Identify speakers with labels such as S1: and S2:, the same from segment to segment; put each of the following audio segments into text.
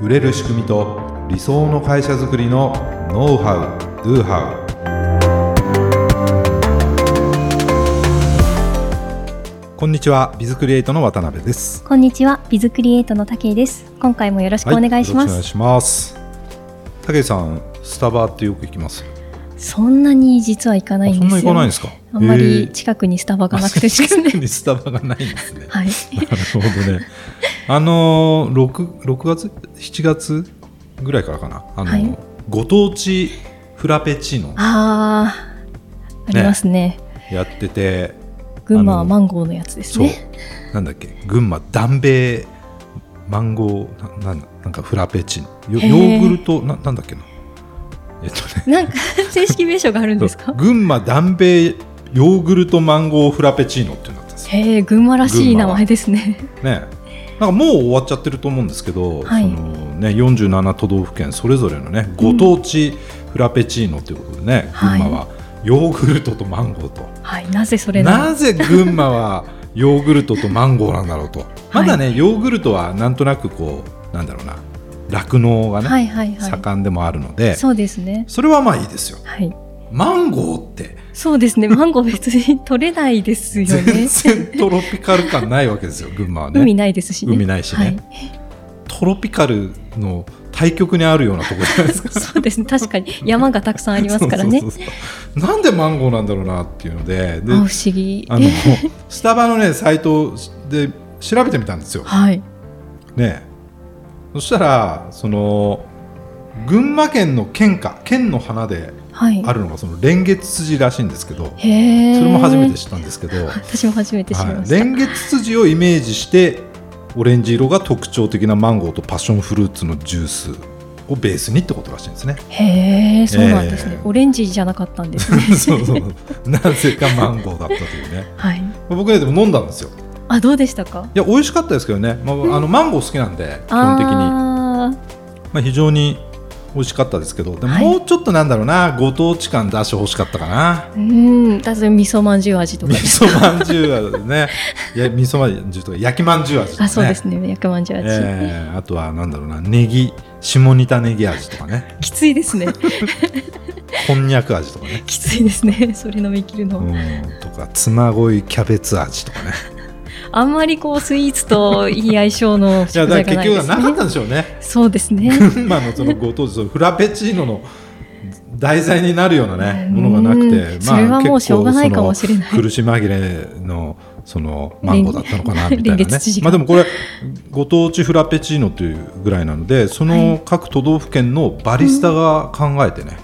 S1: 売れる仕組みと理想の会社づくりのノウハウ・ドゥハウこんにちはビズクリエイトの渡辺です
S2: こんにちは、ビズクリエイトの竹井です。今回もよろしくお願いしま
S1: は
S2: す。
S1: よろしくお願いします武井さんスタバってよく行きます
S2: そんなに実は行かないん
S1: あそ
S2: で
S1: ん
S2: す
S1: な
S2: よ。
S1: 行かないんですか
S2: あんま
S1: へ
S2: り
S1: ー
S2: 近くにスタバがなくてです
S1: あ
S2: ね
S1: 近。 くにスタバがないんですね
S2: はい。
S1: なるほどね。あのー、6, 6月、7月ぐらいからかな、あのー
S2: はい
S1: ご当地フラペチーノ
S2: ああ、ありますね。
S1: やってて、
S2: 群馬
S1: あ
S2: は
S1: の
S2: マンゴーのやつです
S1: そう
S2: ね。、
S1: なんだっけ、群馬、ダンベーマンゴー、ななんだなんかフラペチーノ、よ
S2: へー
S1: ヨーグルトな、なんだっけな、えっとね、
S2: なんか正式名称があるんです
S1: そう
S2: か
S1: 群馬、ダンベーヨーグルトマンゴーフラペチーノっていうのだったんですよ。
S2: へえ、群馬らし
S1: 群
S2: い名
S1: 馬
S2: 前
S1: は
S2: ですね。
S1: ね、なんかもう終わっちゃってると思うんですけど、
S2: はい
S1: そのね、47都道府県それぞれの、ね、ご当地フラペチーノということでね、
S2: はい
S1: 群馬はヨーグルトとマンゴーと、
S2: はい、なぜそれなの
S1: なぜ群馬はヨーグルトとマンゴーなんだろうと、まだねヨーグルトはなんとなくこうなんだろうな酪農がね、
S2: はいはいは
S1: 盛んでもあるの
S2: い。
S1: でそ
S2: そうですね。
S1: れはまあいいですよ
S2: はい。
S1: マンゴーって
S2: そうですね。マンゴー別に取れないですよ
S1: 全
S2: ね。
S1: 然トロピカル感ないわけですよ群馬はね
S2: 海ないですしね。
S1: 海ないしね
S2: はい
S1: トロピカルの対極にあるようなところじゃないですか
S2: そうですね。確かに山がたくさんありますからね
S1: そう。そうそうそうなんでマンゴーなんだろうなっていうのでで
S2: あ不思議。
S1: あのスタバのねサイトで調べてみたんですよ。
S2: はい。
S1: ねそしたらその群馬県の県花県の花で
S2: はい。
S1: あるのがその蓮月筋らしいんですけど
S2: へえ。
S1: それも初めて知ったんですけど、
S2: 私も初めて知り
S1: はい
S2: ました。
S1: 蓮月筋をイメージしてオレンジ色が特徴的なマンゴーとパッションフルーツのジュースをベースにってことらしいんですね。
S2: へえ、そうなんですね、
S1: ええ
S2: オレンジじゃなかったんですね。
S1: そうそうなぜかマンゴーだったというね。
S2: はい。
S1: 僕ねでも飲んだんですよい
S2: あ、どうでしたか。
S1: や美味しかったですけどね、まああのマンゴー好きなんで基本的に
S2: あ
S1: まあ、非常に美味しかったですけどでも
S2: はい
S1: もうちょっとなんだろうなご当地感出してほしかったかな
S2: あ、うん、だって味噌まんじゅう味とか
S1: 味。噌まんじゅう味ねいや味噌まんじゅうとか焼きまんじゅう味とかね
S2: あ、そうですね、薬まんじゅう味、
S1: えーあとはなんだろうなネギ下仁田ネギ味とかね
S2: きついで すね。
S1: こんにゃく味とかね
S2: きついですね。それ飲み切るの、
S1: うんとか妻恋キャベツ味とかね
S2: あんまりこうスイーツといい相性の
S1: いや
S2: 食
S1: だ
S2: 材
S1: か
S2: が
S1: ら
S2: ない
S1: 結
S2: で
S1: 局
S2: す
S1: なかっ
S2: ね。
S1: たんでしょう ね
S2: そうですね。
S1: 群馬のそのご当地そのフラペチーノの題材になるようなねものがなく
S2: う
S1: て、
S2: んそれはもうしょうがないかも
S1: 結構
S2: しれない
S1: その苦し紛れのそのマンゴーだったのかな
S2: レ
S1: み
S2: ン
S1: たい
S2: レ
S1: な
S2: ンゲ
S1: ね
S2: ツチ。が
S1: まあでもこれご当地フラペチーノというぐらいなので、そ
S2: は
S1: の各都道府県のバリスタが考えてね、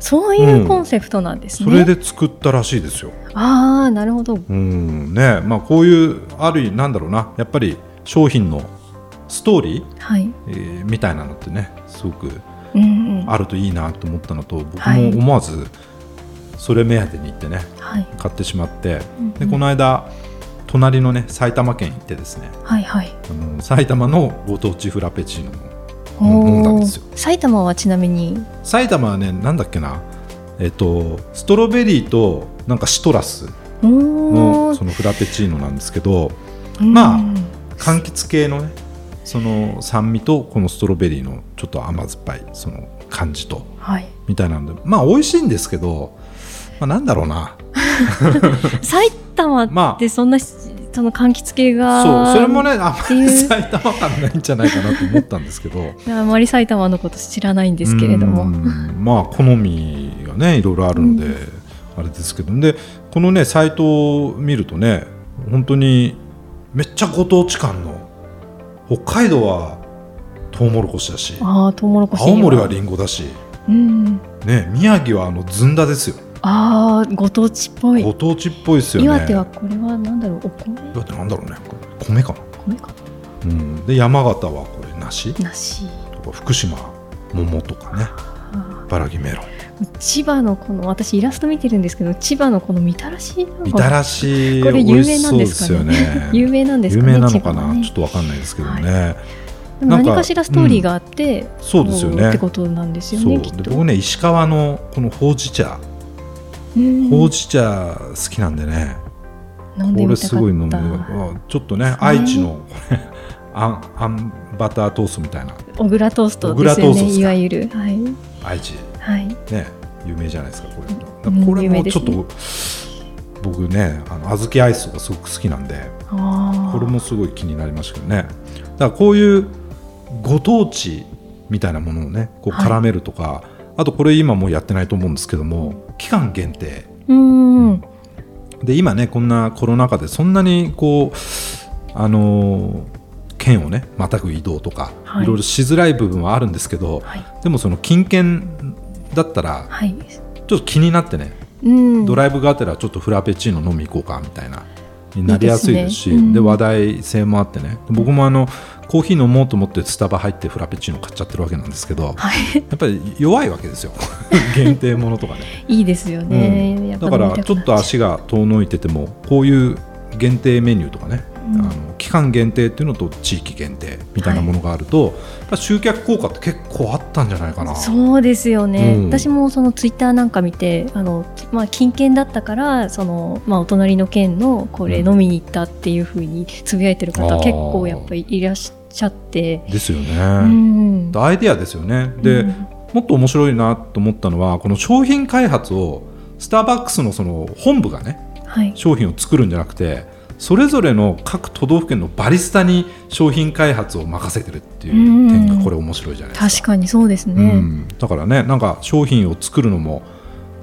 S2: そういうコンセプトなんですね。
S1: それで作ったらしいですよ。
S2: ああ、なるほど。
S1: うんね、まあこういうある意味なんだろうな、やっぱり商品のストーリー、
S2: はい。
S1: えーみたいなのってね、すごく
S2: うんうん。
S1: あるといいなと思ったのと僕
S2: はい
S1: も思わずそれ目当てに行ってね
S2: はい。
S1: 買ってしまって
S2: うんうん
S1: でこの間隣のね埼玉県行ってですね
S2: はいはい。
S1: あの埼玉のご当地フラペチーノ
S2: おー
S1: 飲んだんですよ
S2: 埼玉はちなみに
S1: 埼玉はねなんだっけなえっとストロベリーとなんかシトラス
S2: お
S1: の
S2: ー
S1: そのフラペチーノなんですけど
S2: うん
S1: まあ柑橘系のねその酸味とこのストロベリーのちょっと甘酸っぱいその感じと
S2: はい、
S1: みたいなのでまあ美味しいんですけど、まあ、なんだろうな
S2: 埼玉
S1: ま
S2: っ
S1: あ
S2: てそんなしその柑橘系が
S1: そうそれもねあんま
S2: てい
S1: り
S2: う
S1: 埼玉感ないんじゃないかなと思ったんですけど
S2: あまり埼玉のこと知らないんですけれど
S1: う
S2: も
S1: んまあ好みがねいろいろあるので、
S2: う
S1: あれですけどでこのねサイトを見るとね本当にめっちゃご当地感の北海道はトウモロコシだし
S2: ああトウモロコシに
S1: 青森はリンゴだし、
S2: うん
S1: ね、宮城はあのずんだですよ
S2: ああご当地っぽい、
S1: ご当地っぽいですよね
S2: 岩手はこれはなんだろうお米
S1: 岩手なんだろうねこれ米かな、
S2: 米か
S1: うん、で山形はこれ梨
S2: な梨
S1: とか福島桃とかね
S2: あ
S1: 茨城メロン
S2: ー千葉のこの私イラスト見てるんですけど千葉のこのみたらしなんか
S1: みたらし
S2: これ
S1: 美
S2: 有
S1: 味
S2: 名
S1: し
S2: な
S1: そ
S2: ん
S1: う
S2: で
S1: ですす
S2: か
S1: よ
S2: ね
S1: ね
S2: 有名なんです
S1: 有
S2: かね
S1: 名なのかな、
S2: 千葉はね
S1: ちょっとわかんないですけどね、
S2: でも
S1: なんか
S2: 何かしらストーリーがあって、
S1: そうですよ
S2: っ
S1: ね
S2: てことなんですよ
S1: そ
S2: ね
S1: う
S2: きっ
S1: で
S2: と
S1: 僕ね石川のこのほうじ茶、
S2: うん
S1: ほうじ茶好きなんでね
S2: 飲んで
S1: これ
S2: みた
S1: す
S2: か
S1: ごい飲
S2: っ
S1: んで
S2: た
S1: あちょっとね愛知のこれあんあんバタートーストみたいな
S2: 小倉トーストです
S1: 小倉トー
S2: よ
S1: ストっ
S2: ね
S1: すか
S2: いわゆるはい
S1: 愛知
S2: はい
S1: ね有名じゃないですかこれだか
S2: う
S1: ら
S2: ん
S1: これ
S2: 有名
S1: も
S2: で
S1: ち
S2: す
S1: ょっ
S2: ね
S1: と、僕ねあの小豆アイスとかすごく好きなんで
S2: あ
S1: これもすごい気になりましたけどねだからこういうご当地みたいなものをねこう
S2: はい
S1: 絡めるとか、あとこれ今もうやってないと思うんですけども期間限定
S2: うーん
S1: で今ねこんなコロナ禍でそんなにこうあのー県をねまたぐ移動とか、
S2: はい
S1: い、ろいろしづらい部分はあるんですけど、
S2: はい
S1: でもその近県だったら
S2: はい
S1: ちょっと気になってね、
S2: うん
S1: ドライブがてらちょっとフラペチーノ飲み行こうかみたいなになりやすいですし
S2: いい
S1: で
S2: ですねうん
S1: 話題性もあってね僕もあのコーヒー飲もうと思ってスタバ入ってフラペチーノ買っちゃってるわけなんですけど、
S2: はい
S1: やっぱり弱いわけです よ限定ものとかね。
S2: いいですよね、やっぱ
S1: だか
S2: 飲
S1: ら
S2: みた
S1: ち
S2: く
S1: ょ
S2: な
S1: っと足が遠のいててもこういう限定メニューとかね、
S2: うん
S1: あの期間限定っていうのと地域限定みたいなものがあると、やっぱ集客効果って結構あったんじゃないかな。
S2: そうですよね、
S1: うん
S2: 私もそのツイッターなんか見てあの、まあ、近県だったからその、まあ、お隣の県のこれ
S1: うん
S2: 飲みに行ったっていうふうにつぶやいてる方
S1: あー
S2: 結構やっぱりいらっしゃって、
S1: ですよね。
S2: うん
S1: アイデアですよねで、
S2: うん
S1: もっと面白いなと思ったのはこの商品開発をスターバックスのその本部がね
S2: はい、
S1: 商品を作るんじゃなくてそれぞれの各都道府県のバリスタに商品開発を任せてるっていう点
S2: う
S1: が
S2: ん
S1: これ面白いじゃないですか。
S2: 確かにそうですね、
S1: うん、だからねなんか商品を作るのも、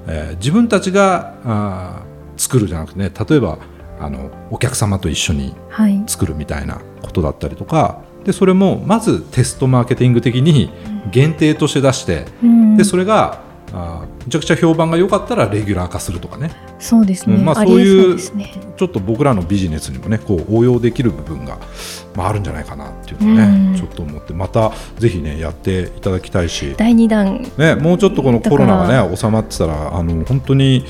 S1: えー自分たちがあー作るじゃなくてね例えばあのお客様と一緒に
S2: はい、
S1: 作るみたいなことだったりとかでそれもまずテストマーケティング的に限定として出して
S2: うん
S1: でそれがあーめちゃくちゃ評判が良かったらレギュラー化するとかね
S2: そうですね、
S1: うんまあ
S2: あ、りえ
S1: そういう
S2: そうですね、
S1: ちょっと僕らのビジネスにもねこう応用できる部分が、まあ、あるんじゃないかなっていうのをね、
S2: うん
S1: ちょっと思ってまたぜひねやっていただきたいし。
S2: 第2弾
S1: ね、もうちょっとこのコロナ
S2: だ
S1: がね収まってたらあの本当に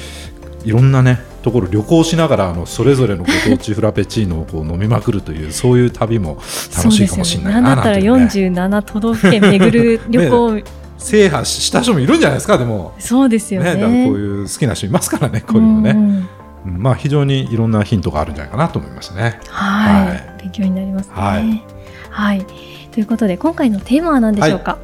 S1: いろんなねところ旅行しながらあのそれぞれのご当地フラペチーノをこう飲みまくるというそういう旅も楽しいかもしれないな
S2: そ
S1: なん
S2: うで
S1: て
S2: す
S1: い
S2: よ
S1: う
S2: ね、なん
S1: ね
S2: だったら47都道府県巡る旅 行、
S1: 制覇した人もいるんじゃないですかでも
S2: そうです
S1: ね
S2: よ
S1: だ
S2: ね
S1: からこういう好きな人いますからねこういうの
S2: ん
S1: ね、
S2: ん
S1: うんまあ非常にいろんなヒントがあるんじゃないかなと思いましたね
S2: はい、
S1: はい
S2: 勉強になりますね。
S1: は
S2: はいい、ということで今回のテーマは何でしょうか。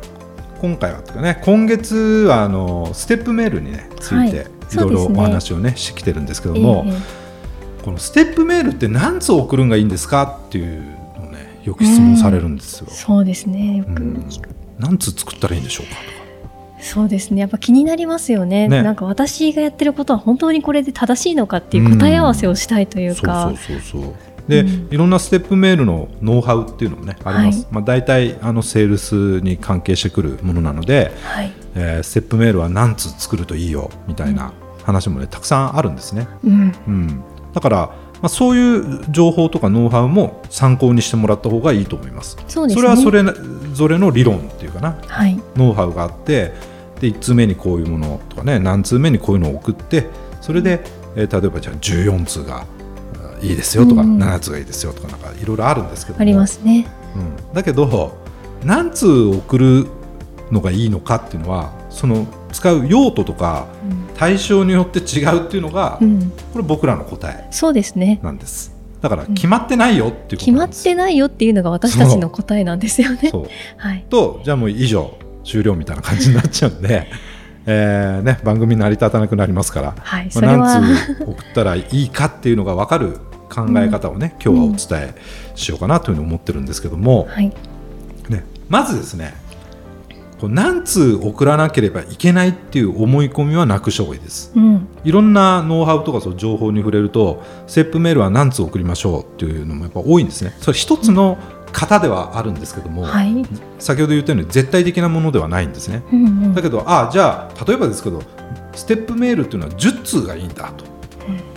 S1: 今回はというかね今月はあのステップメールにねつい
S2: は
S1: て
S2: い
S1: いろいろ
S2: そうです
S1: お
S2: ね
S1: 話をねしてきてるんですけど
S2: え
S1: も、
S2: え
S1: このステップメールって何通送るんがいいんですかっていうのをねよく質問されるんですよ。
S2: そうですね。よく
S1: うん
S2: 聞く、
S1: 何通作ったらいいんでしょうか
S2: そうですね。やっぱ気になりますよね
S1: ね
S2: なんか私がやってることは本当にこれで正しいのかっていう答え合わせをしたいという
S1: とか。
S2: か、
S1: そうそうそうそうで、
S2: うん
S1: いろんなステップメールのノウハウっていうのもねあります、
S2: はい
S1: まあ、大体あのセールスに関係してくるものなので、
S2: はい、
S1: えーステップメールは何通作るといいよみたいな話もねたくさんあるんですね、
S2: うん、
S1: うん、だから、まあ、そういう情報とかノウハウも参考にしてもらった方がいいと思います
S2: そうですね。
S1: それはそれなぞれの理論っていうかな
S2: はい、
S1: ノウハウがあってで1通目にこういうものとかね何通目にこういうのを送ってそれで、えー例えばじゃあ14通があいいですよとか、
S2: うん
S1: 7通がいいですよとかなんかいろいろあるんですけども
S2: ありますね。
S1: うん、だけど何通送るのがいいのかっていうのはその使う用途とか
S2: うん
S1: 対象によって違うっていうのが、
S2: うん、
S1: これ僕らの答え
S2: そうですね。
S1: なんですだから決まってないよっていうこと
S2: 決ま
S1: なん
S2: っ
S1: です
S2: てないよっていうのが私たちの答えなんですよね。
S1: そう
S2: はい、
S1: とじゃあもう以上終了みたいな感じになっちゃうんで、 えーね、番組成り立たなくなりますから、ま
S2: はい、
S1: あ
S2: それは
S1: 何通送ったらいいかっていうのが分かる考え方をね、今日はお伝えしようかなというふうに思ってるんですけども、
S2: はい、
S1: ね、まずですねこう何通送らなければいけないっていう思い込みはなくした方がいいです。
S2: うん、
S1: いろんなノウハウとかそう情報に触れるとステップメールは何通送りましょうっていうのもやっぱ多いんですね。それ一つの型ではあるんですけども、
S2: はい、
S1: 先ほど言ったように絶対的なものではないんですね。
S2: うん、うん
S1: だ、けどああじゃあ例えばですけどステップメールっていうのは10通がいいんだと、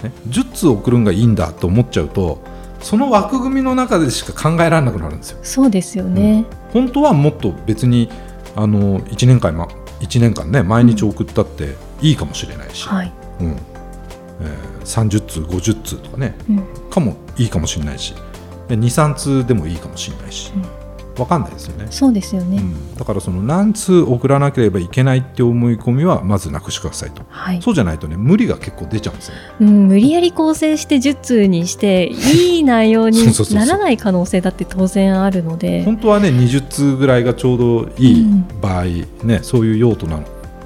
S1: ね、10通送るんがいいんだと思っちゃうとその枠組みの中でしか考えられなくなるんですよ。
S2: そうですよね。
S1: 本当はもっと別にあの1年間、ま、1年間ね毎日送ったっていいかもしれないし、
S2: はい、
S1: うんえー30通50通とかね
S2: うん、
S1: かもいいかもしれないし23通でもいいかもしれないし、分かんないですよね。
S2: そうですよね、
S1: うんだからその何通送らなければいけないって思い込みはまずなくしてくださいと
S2: はい、
S1: そうじゃないとね無理が結構出ちゃうんですよ
S2: うん、無理やり構成して10通にしていい内容に
S1: そうそうそうそう
S2: ならない可能性だって当然あるので
S1: 本当はね20通ぐらいがちょうどいい
S2: うん
S1: 場合、ねそういう用途なの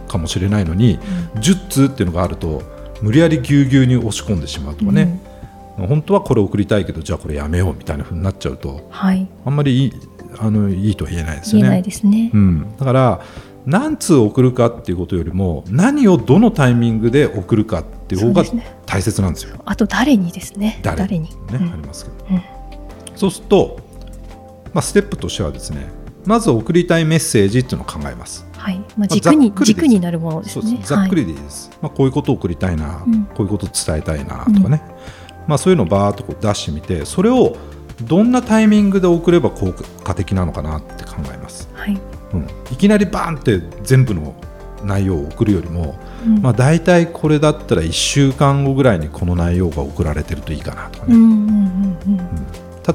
S1: かもしれないのに10通っていうのがあると無理やりぎゅうぎゅうに押し込んでしまうとかね、本当はこれ送りたいけどじゃあこれやめようみたいな風になっちゃうと
S2: うんはい
S1: あんまりいいあのいいとは言えないですよ
S2: 言え
S1: ね。
S2: ないですね
S1: う。ん、だから何通送るかっていうことよりも何をどのタイミングで送るかっていう方が
S2: そうですね
S1: 大切なんですよ。
S2: あと誰にですね。
S1: 誰
S2: に。
S1: ね、
S2: うん
S1: ありますけど、
S2: うん
S1: そうすると、まあ、ステップとしてはですねまず送りたいメッセージっていうのを考えます
S2: はい。まあ軸に
S1: ざっくりです
S2: 軸になるものです
S1: そう
S2: ね。
S1: ですねざ
S2: は
S1: っ
S2: い
S1: くりでいいです、まあ、こういうことを送りたいな、
S2: うん
S1: こういうことを伝えたいなとかね、まあ、そういうのをバーッとこう出してみてそれをどんなタイミングで送れば効果的なのかなって考えます、
S2: はい。
S1: うん、いきなりバーンって全部の内容を送るよりも、
S2: うん
S1: まあ、大体これだったら1週間後ぐらいにこの内容が送られてるといいかなとか
S2: う
S1: ね、
S2: んうんうんうん。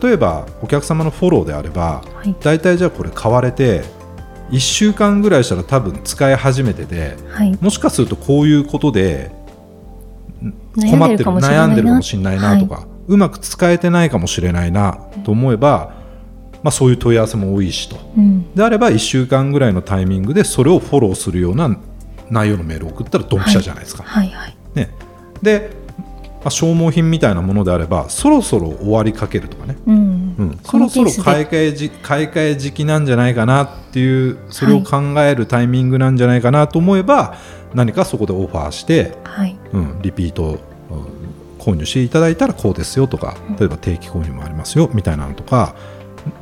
S1: 例えばお客様のフォローであれば
S2: はい
S1: 大体じゃあこれ買われて1週間ぐらいしたら多分使い始めてで
S2: はい。
S1: もしかするとこういうことで困
S2: 悩ん
S1: って
S2: でる
S1: る
S2: かもしれな
S1: 悩
S2: い
S1: んでるか
S2: な
S1: も。しれないなとか、うまく使えてないかもしれないなと思えば、まあ、そういう問い合わせも多いしと
S2: うん。
S1: であれば1週間ぐらいのタイミングでそれをフォローするような内容のメールを送ったらドンピシャじゃないですか。
S2: はいはい。
S1: ね、で、まあ消耗品みたいなものであればそろそろ終わりかけるとかね
S2: うん。
S1: うん、そ
S2: この
S1: ろそろ
S2: ケースで
S1: 買い替えじ買い替え時期なんじゃないかなっていうそれを考えるタイミングなんじゃないかなと思えば、何かそこでオファーして、
S2: はい。
S1: うん、リピート、うん購入していただいたらこうですよとか
S2: うん
S1: 例えば定期購入もありますよみたいなのとか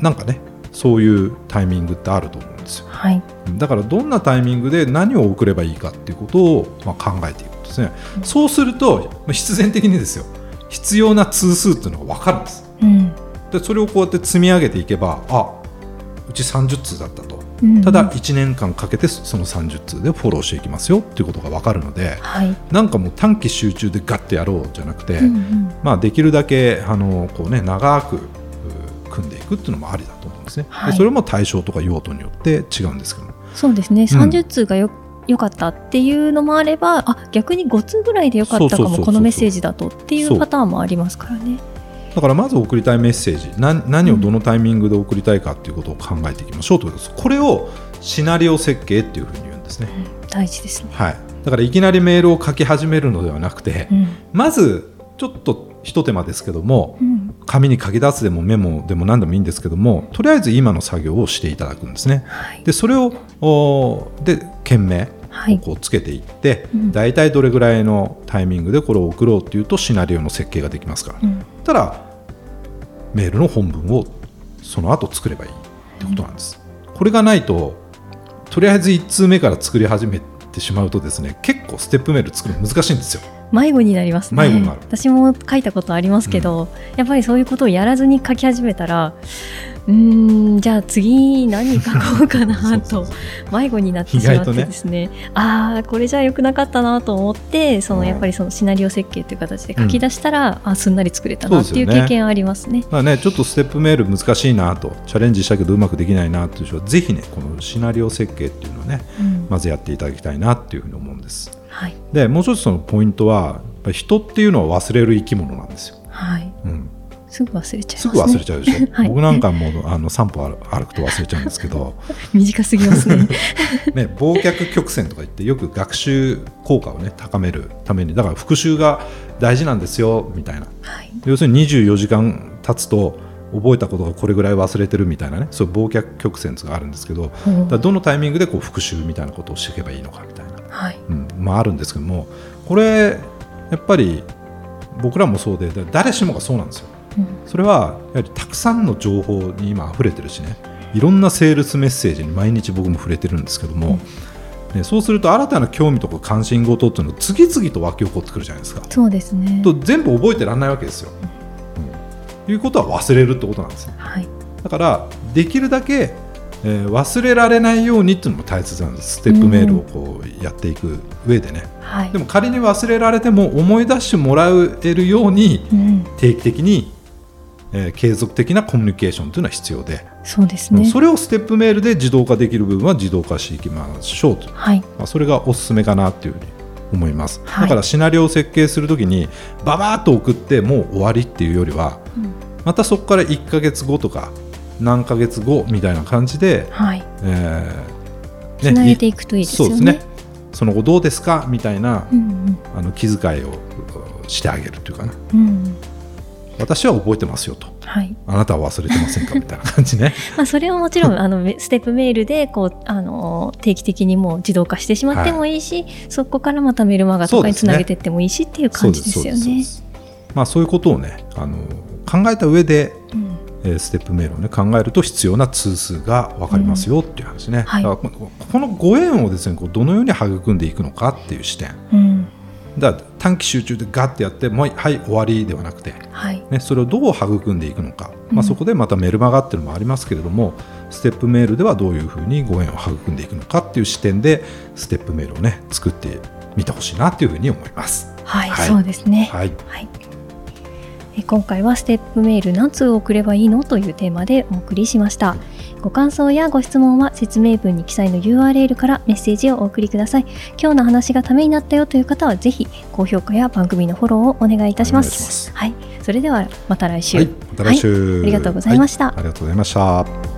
S1: なんかねそういうタイミングってあると思うんですよ
S2: はい。
S1: だからどんなタイミングで何を送ればいいかっていうことを、まあ、考えていくんですね
S2: うん
S1: そうすると必然的にですよ必要な通数っていうのが分かるんです
S2: うん
S1: でそれをこうやって積み上げていけばあうち30通だったと
S2: うん。
S1: ただ。1年間かけてそその30通でフォローしていきますよっていうことが分かるので
S2: はい。
S1: なんかもう短期集中でガッてやろうじゃなくて、
S2: うんうん。
S1: まあ、できるだけあのこう、ね、長くう組んでいくっていうのもありだと思うんですね、
S2: はい
S1: でそれも対象とか用途によって違うんですけども
S2: そうですね。三十通がよ良かったっていうのもあれば、あ逆に五通ぐらいで良かったか
S1: そうそうそうそ
S2: も
S1: う
S2: このメッセージだとってい
S1: そうう
S2: パターンもありますからね。
S1: だからまず送りたいメッセージな何をどのタイミングで送りたいかっていうことを考えていきましょうということですこれをシナリオ設計っていうふうに言うんですね
S2: うん大事ですね。
S1: はい、だからいきなりメールを書き始めるのではなくて、
S2: うん。
S1: まずちょっとひと手間ですけども
S2: うん。
S1: 紙に書き出すでもメモでも何でもいいんですけどもとりあえず今の作業をしていただくんですね
S2: はい。
S1: でそれをおーで件名
S2: は
S1: を
S2: い。
S1: こうつけていって、
S2: うん
S1: 大体どれぐらいのタイミングでこれを送ろうっていうとシナリオの設計ができますから
S2: うん。
S1: たらメールの本文をその後作ればいいってことなんです。これがないととりあえず1通目から作り始めてしまうとですね結構ステップメール作るの難しいんですよ。
S2: 迷子になりますね
S1: 迷子になる
S2: 私も書いたことありますけど、やっぱりそういうことをやらずに書き始めたらうーんじゃあ次何書こうかな
S1: そう
S2: と
S1: そうそう
S2: 迷子になってしま
S1: 意
S2: っ
S1: 外と
S2: て
S1: ね
S2: ですねああこれじゃ良くなかったなと思ってそ
S1: う
S2: の
S1: ん
S2: やっぱりそのシナリオ設計という形で書き出したら、あすんなり作れたなっていう
S1: そうですよ
S2: 経
S1: ね
S2: 験ありますね。
S1: だからねちょっとステップメール難しいなとチャレンジしたけどうまくできないなという人はぜひねこのシナリオ設計っていうのをね
S2: うん
S1: まずやっていただきたいなっていうふうに思うんです。
S2: はい
S1: でもう一つそのポイントはやっぱり人っていうのは忘れる生き物なんですよ。
S2: はい
S1: うん、
S2: すぐ忘れちゃいま
S1: すぐ
S2: すね
S1: 忘れちゃうでしょ、
S2: はい
S1: 僕なんかもうあの散歩歩歩くと忘れちゃうんですけ ど、
S2: 短すぎますね
S1: ね、忘却曲線とか言ってよく学習効果を、ね、高めるためにだから復習が大事なんですよみたいな
S2: はい
S1: 要するに24時間経つと覚えたことがこれぐらい忘れてるみたいなねそういう忘却曲線があるんですけどだか
S2: うん
S1: らどのタイミングでこう復習みたいなことをしていけばいいのかみたいな、
S2: はい
S1: うんまあ、あるんですけどもこれやっぱり僕らもそうでだ誰しもがそうなんですよ。
S2: うん
S1: それはやはりたくさんの情報に今溢れてるしねいろんなセールスメッセージに毎日僕も触れてるんですけども、ね、そうすると新たな興味とか関心事っていうのが次々と湧き起こってくるじゃないですか。
S2: そうですね
S1: と全部覚えてらんないわけですよ。うん、いうことは忘れるってことなんですね。
S2: はい
S1: だからできるだけ、えー忘れられないようにっていうのも大切なんですステップメールをこうやっていく上でね、
S2: はい
S1: でも仮に忘れられても思い出してもらえるように
S2: うん
S1: 定期的にえー継続的なコミュニケーションというのは必要で、
S2: そうですね。
S1: それをステップメールで自動化できる部分は自動化していきましょうと
S2: はい。
S1: まあ、それがおすすめかなっていうふうに思います、
S2: はい
S1: だからシナリオを設計するときにババーッと送ってもう終わりっていうよりは
S2: うん
S1: またそこから1ヶ月後とか何ヶ月後みたいな感じで、
S2: はい。
S1: えー
S2: つなげていくといいです
S1: そう
S2: よね。
S1: ですねその後どうですかみたいな、
S2: うん
S1: あの気遣いをうんしてあげるというかな
S2: うん。うんうん。
S1: 私は覚えてますよと
S2: はい。
S1: あなたは忘れてませんかみたいな感じ ね
S2: まあ、それはもちろんあのめステップメールでこうあの定期的にもう自動化してしまってもいいし、そこからまたメルマガとかにつなげていってもいいしっていう感じですよ
S1: そう
S2: ね
S1: で。すそうですまあそういうことをねあの考えた上で
S2: うん
S1: えーステップメールを、ね、考えると必要な通数が分かりますよっていう話ね、
S2: はい
S1: だからこのこのご縁をですねこうどのように育んでいくのかっていう視点
S2: うん
S1: だから短期集中でガッてやってもうはい終わりではなくて、
S2: はい
S1: ね、それをどう育んでいくのか、
S2: う
S1: ま
S2: ん
S1: あ、そこでまたメルマガっていうのもありますけれども、ステップメールではどういうふうにご縁を育んでいくのかっていう視点でステップメールをね作ってみてほしいなっていうふうに思います。
S2: はい、
S1: はい
S2: そうですね。
S1: はい、
S2: はい。え今回はステップメール何通送ればいいのというテーマでお送りしました。ご感想やご質問は説明文に記載の URL からメッセージをお送りください。今日の話がためになったよという方はぜひ高評価や番組のフォローをお願いいたします。
S1: お願いします
S2: はい。それではまた来週。
S1: はい、また来週、
S2: ありがとうございました
S1: はありがとうございました。